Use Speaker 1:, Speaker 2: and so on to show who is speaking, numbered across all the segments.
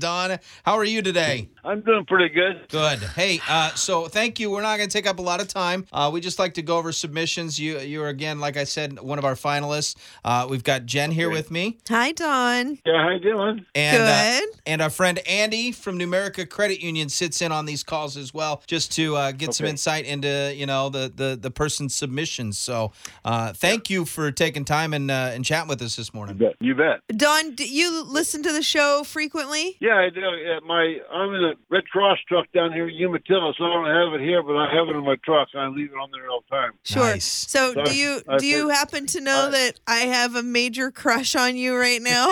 Speaker 1: Don. How are you today?
Speaker 2: I'm doing pretty good.
Speaker 1: Good. Hey, uh, so thank you. We're not going to take up a lot of time. Uh, we just like to go over submissions. You, you are again, like I said, one of our finalists. Uh, we've got Jen here with me,
Speaker 3: Hi, Don.
Speaker 2: Yeah, how you doing?
Speaker 1: and uh,
Speaker 3: Good.
Speaker 1: and our friend Andy from Numerica Credit Union sits in on these calls as well, just to uh, get some
Speaker 2: Okay.
Speaker 1: insight into you know the the the person's submissions. So, uh, thank you for taking time and uh, and chatting with us this
Speaker 2: You
Speaker 1: morning.
Speaker 2: bet. You bet.
Speaker 3: Don, do you listen to the show frequently?
Speaker 2: Yeah, I do. Yeah, my I'm in a Red Cross truck down here in Umatilla, so I don't have it here, but I have it in my truck. I leave it on there all the time.
Speaker 3: Sure.
Speaker 1: Nice.
Speaker 3: So,
Speaker 2: So,
Speaker 3: do you
Speaker 2: I've
Speaker 3: do you
Speaker 2: heard-
Speaker 3: happen to know
Speaker 2: I-
Speaker 3: that I have a major crush on you right now?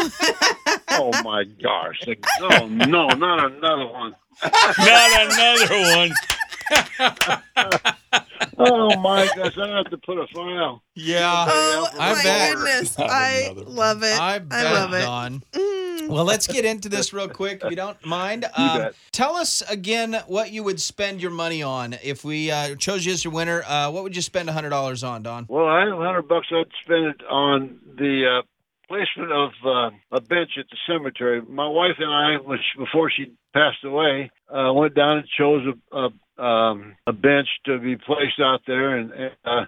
Speaker 2: Oh my gosh! Oh no, not another one.
Speaker 4: Not another one.
Speaker 2: Oh my gosh! I have to put a file.
Speaker 1: Yeah,
Speaker 3: oh
Speaker 1: I
Speaker 3: my
Speaker 1: bet.
Speaker 3: goodness,
Speaker 4: Not
Speaker 3: I
Speaker 4: another one.
Speaker 3: love it.
Speaker 1: I
Speaker 3: I,
Speaker 1: bet
Speaker 3: love it.
Speaker 1: Don.
Speaker 3: Mm.
Speaker 1: Well, let's get into this real quick, if you don't mind.
Speaker 2: You
Speaker 1: Um,
Speaker 2: bet.
Speaker 1: tell us again what you would spend your money on if we uh, chose you as your winner. Uh, what would you spend hundred dollars on, Don?
Speaker 2: Well, I have a hundred bucks. I'd spend it on the uh, placement of uh, a bench at the cemetery. My wife and I, when she, before she passed away, uh, went down and chose a a, um, a bench to be placed out there, and and, uh,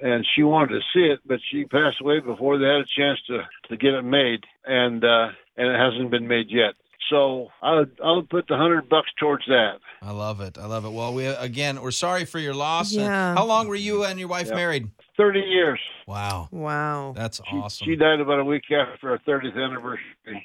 Speaker 2: and she wanted to see it, but she passed away before they had a chance to to get it made, and uh, and it hasn't been made yet. So I would I would put the hundred bucks towards that.
Speaker 1: I love it. I love it. Well, we again, we're sorry for your loss. And
Speaker 3: Yeah.
Speaker 1: How long were you and your wife
Speaker 2: Yeah.
Speaker 1: married?
Speaker 2: Thirty years.
Speaker 1: Wow,
Speaker 3: Wow.
Speaker 1: that's
Speaker 2: She,
Speaker 1: awesome.
Speaker 2: she died about a week after her thirtieth anniversary.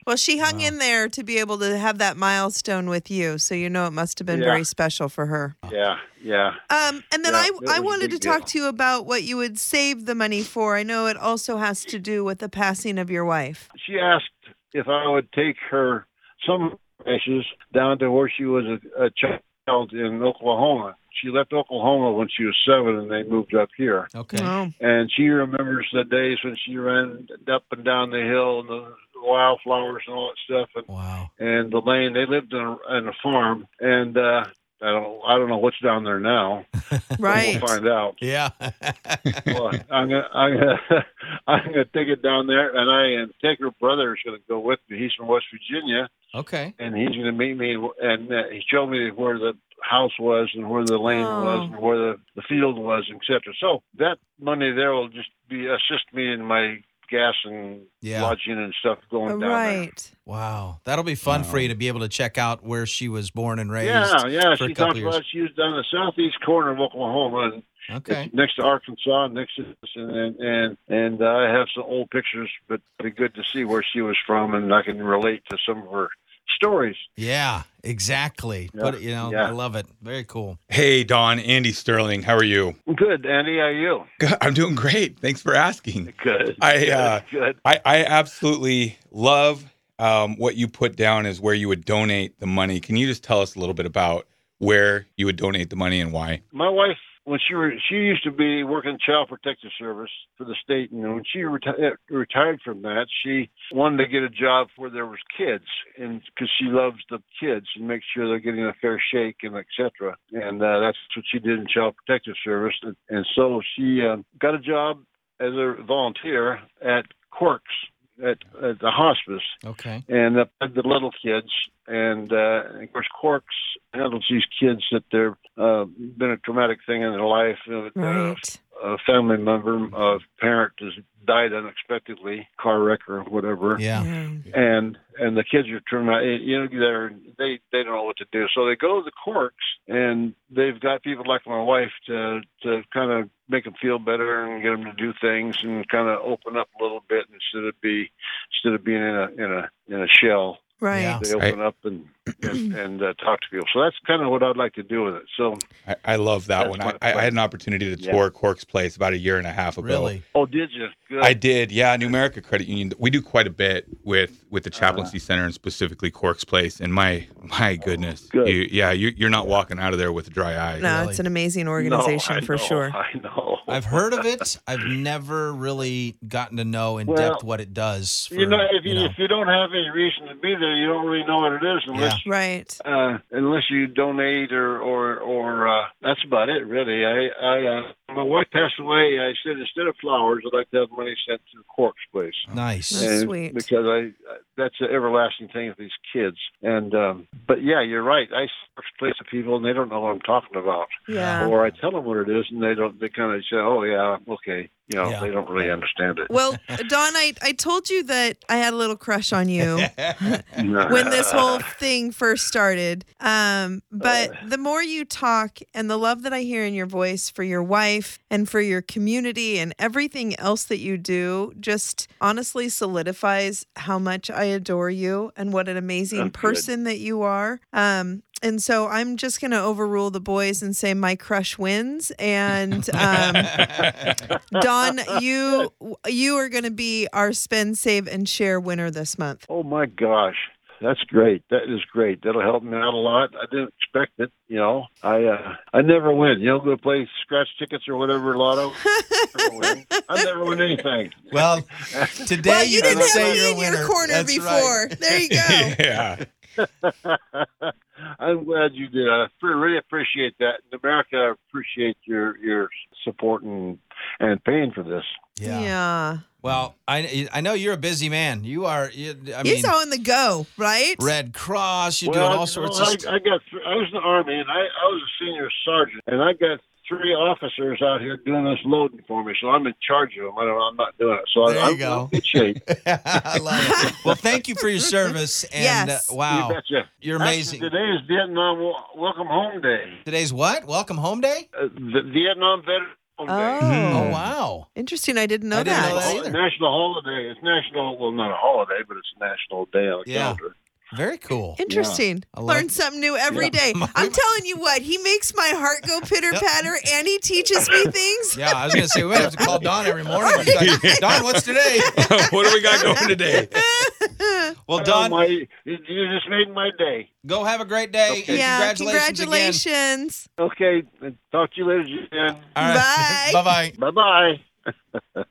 Speaker 3: Well, she hung
Speaker 1: Wow.
Speaker 3: in there to be able to have that milestone with you, so you know it must have been
Speaker 2: Yeah.
Speaker 3: very special for her.
Speaker 2: Yeah, yeah.
Speaker 3: Um, and then
Speaker 2: Yeah,
Speaker 3: I,
Speaker 2: that was
Speaker 3: I
Speaker 2: a
Speaker 3: wanted to
Speaker 2: big
Speaker 3: talk
Speaker 2: deal.
Speaker 3: to you about what you would save the money for. I know it also has to do with the passing of your wife.
Speaker 2: she asked if I would take her some ashes down to where she was a, a child in Oklahoma. She left Oklahoma when she was seven, and they moved up here.
Speaker 1: Okay.
Speaker 3: Oh,
Speaker 2: And she remembers the days when she ran up and down the hill and the wildflowers and all that stuff. And
Speaker 1: Wow.
Speaker 2: and the lane. They lived in a, in a farm, and uh, I don't I don't know what's down there now.
Speaker 3: right.
Speaker 2: We'll find out.
Speaker 1: Yeah.
Speaker 2: Well, I'm gonna, I'm gonna, I'm gonna take it down there, and I and take her brother is gonna go with me. He's from West Virginia,
Speaker 1: okay.
Speaker 2: and he's gonna meet me, and uh, he showed me where the house was, and where the lane
Speaker 3: Oh.
Speaker 2: was, and where the, the field was, etc. So that money there will just be assist me in my gas and
Speaker 1: Yeah.
Speaker 2: lodging and stuff going down
Speaker 3: Right.
Speaker 1: Wow. That'll be fun for you to be able to check out where she was born and
Speaker 2: there.
Speaker 1: raised.
Speaker 2: Yeah, yeah.
Speaker 1: for a
Speaker 2: She
Speaker 1: couple
Speaker 2: talked
Speaker 1: years.
Speaker 2: about she was down the southeast corner of Oklahoma, and
Speaker 1: Okay.
Speaker 2: It's next to Arkansas, next to and and and uh, I have some old pictures, but it'd be good to see where she was from, and I can relate to some of her stories.
Speaker 1: Yeah. Exactly.
Speaker 2: Yeah,
Speaker 1: Put it, you know, I
Speaker 2: yeah.
Speaker 1: love it. Very cool.
Speaker 4: Hey, Don, Andy Sterling, how are you?
Speaker 2: Good, Andy, how are you?
Speaker 4: God, I'm doing great. Thanks for asking.
Speaker 2: Good.
Speaker 4: I, uh,
Speaker 2: good. good.
Speaker 4: I, I absolutely love um, what you put down as where you would donate the money. Can you just tell us a little bit about where you would donate the money and why?
Speaker 2: My wife, when she were, she used to be working Child Protective Service for the state, and when she reti- eh, retired from that, she wanted to get a job where there was kids, and because she loves the kids and makes sure they're getting a fair shake and et cetera. And uh, that's what she did in Child Protective Service, and, and so she uh, got a job as a volunteer at Quirks at, at the hospice
Speaker 1: Okay.
Speaker 2: and uh, the little kids. And uh, of course, Corks handles these kids that they've uh, been a traumatic thing in their life. Uh,
Speaker 3: Right.
Speaker 2: A family member, a parent, has died unexpectedly, car wreck or whatever
Speaker 1: Yeah.
Speaker 2: and and the kids are turned out you know they're they they don't know what to do so they go to the corks and they've got people like my wife to to kind of make them feel better and get them to do things and kind of open up a little bit instead of be instead of being in a in a in a shell
Speaker 3: Right.
Speaker 1: Yeah.
Speaker 2: they open up and and, and uh, talk to people so that's kind of what i'd like to do with it so
Speaker 4: I, I love that
Speaker 2: That's
Speaker 4: one.
Speaker 2: my
Speaker 4: I, I had an opportunity to
Speaker 2: Yeah.
Speaker 4: tour Cork's place about a year and a half ago.
Speaker 1: Really.
Speaker 2: oh did you Good. Uh-huh.
Speaker 4: I did, yeah. Numerica Credit Union. We do quite a bit with with the chaplaincy center and specifically Cork's Place. And my my goodness,
Speaker 2: good.
Speaker 4: you, yeah, you, you're not walking out of there with dry eyes.
Speaker 3: No,
Speaker 1: Really.
Speaker 3: it's an amazing
Speaker 2: No,
Speaker 3: organization
Speaker 2: I
Speaker 3: for
Speaker 2: know,
Speaker 3: sure.
Speaker 2: i know
Speaker 1: I've heard of it. I've never really gotten to know in
Speaker 2: Well,
Speaker 1: depth what it does. For,
Speaker 2: you know if you, if you don't have any reason to be there you don't really know what it is unless
Speaker 1: Yeah.
Speaker 3: Right.
Speaker 2: uh, unless you donate or or or uh, that's about it really. I I uh, my wife passed away, I said instead of flowers, I'd like to have money sent to the Corpse Place.
Speaker 1: Nice.
Speaker 3: That's
Speaker 2: And
Speaker 3: sweet.
Speaker 2: Because I, I that's an everlasting thing with these kids. And um, but yeah, you're right. I place to people and they don't know what I'm talking about,
Speaker 3: Yeah.
Speaker 2: or I tell them what it is and they don't. They kind of say, "Oh yeah, okay," you know,
Speaker 1: Yeah.
Speaker 2: they don't really understand it.
Speaker 3: Well, Don, I, I told you that I had a little crush on you when this whole thing first started. Um, but the more you talk and the love that I hear in your voice for your wife and for your community and everything else that you do just honestly solidifies how much I adore you and what an amazing
Speaker 2: That's good.
Speaker 3: person that you are. Um, and so I'm just going to overrule the boys and say my crush wins. And um, Don, you you are going to be our spend, save, and share winner this month.
Speaker 2: Oh my gosh. That's great. That is great. That'll help me out a lot. I didn't expect it. You know, I uh, I never win. You know, go play scratch tickets or whatever lotto. Never win. I never win anything.
Speaker 1: well, today
Speaker 3: well, you,
Speaker 1: you,
Speaker 3: didn't
Speaker 1: can
Speaker 3: have
Speaker 1: say
Speaker 3: me
Speaker 1: you're a
Speaker 3: in
Speaker 1: winner.
Speaker 3: your corner
Speaker 1: That's
Speaker 3: before.
Speaker 1: right.
Speaker 3: There you go.
Speaker 4: yeah.
Speaker 2: I'm glad you did. I pre- really appreciate that. In America, I appreciate your your support and and paying for this.
Speaker 1: Yeah. Well, I I know you're a busy man. You are. You, I mean,
Speaker 3: He's on the go, right?
Speaker 1: Red Cross. You're
Speaker 2: well,
Speaker 1: doing all
Speaker 2: you know,
Speaker 1: sorts
Speaker 2: I,
Speaker 1: of. stuff.
Speaker 2: I got. Th- I was in the army, and I, I was a senior sergeant, and I got three officers out here doing this loading for me. So I'm in charge of them. I don't, I'm not doing it. So
Speaker 1: There
Speaker 2: I,
Speaker 1: you
Speaker 2: I'm,
Speaker 1: go.
Speaker 2: I'm in good shape.
Speaker 1: I love it. Well, thank you for your service. And
Speaker 3: Yes.
Speaker 1: uh,
Speaker 2: You
Speaker 1: wow,
Speaker 2: betcha.
Speaker 1: you're
Speaker 2: Actually,
Speaker 1: amazing.
Speaker 2: today is Vietnam Wa- Welcome Home Day.
Speaker 1: Today's what? Welcome home day.
Speaker 2: Uh, the Vietnam Veteran Home
Speaker 3: Oh,
Speaker 2: Day.
Speaker 1: Oh wow.
Speaker 3: interesting. I didn't know
Speaker 1: I didn't
Speaker 3: that.
Speaker 1: know
Speaker 2: It's a
Speaker 1: either.
Speaker 2: National holiday. It's national. Well, not a holiday, but it's a national day on the
Speaker 1: Yeah.
Speaker 2: calendar.
Speaker 1: Very cool.
Speaker 3: Interesting.
Speaker 1: I like
Speaker 3: Learn something new every
Speaker 2: Yeah.
Speaker 3: day. I'm telling you what, he makes my heart go pitter patter and he teaches me things.
Speaker 1: Yeah, I was gonna say we might have to call Don every morning. He's like, Don, what's today?
Speaker 4: what do we got going today?
Speaker 1: Well,
Speaker 2: Oh,
Speaker 1: Don,
Speaker 2: my, you you just made my day.
Speaker 1: go have a great day.
Speaker 2: Okay.
Speaker 1: and
Speaker 3: yeah,
Speaker 1: congratulations, again.
Speaker 3: congratulations.
Speaker 2: Okay, talk to you later, Jan.
Speaker 1: All right.
Speaker 3: Bye.
Speaker 1: Bye bye.
Speaker 2: Bye bye.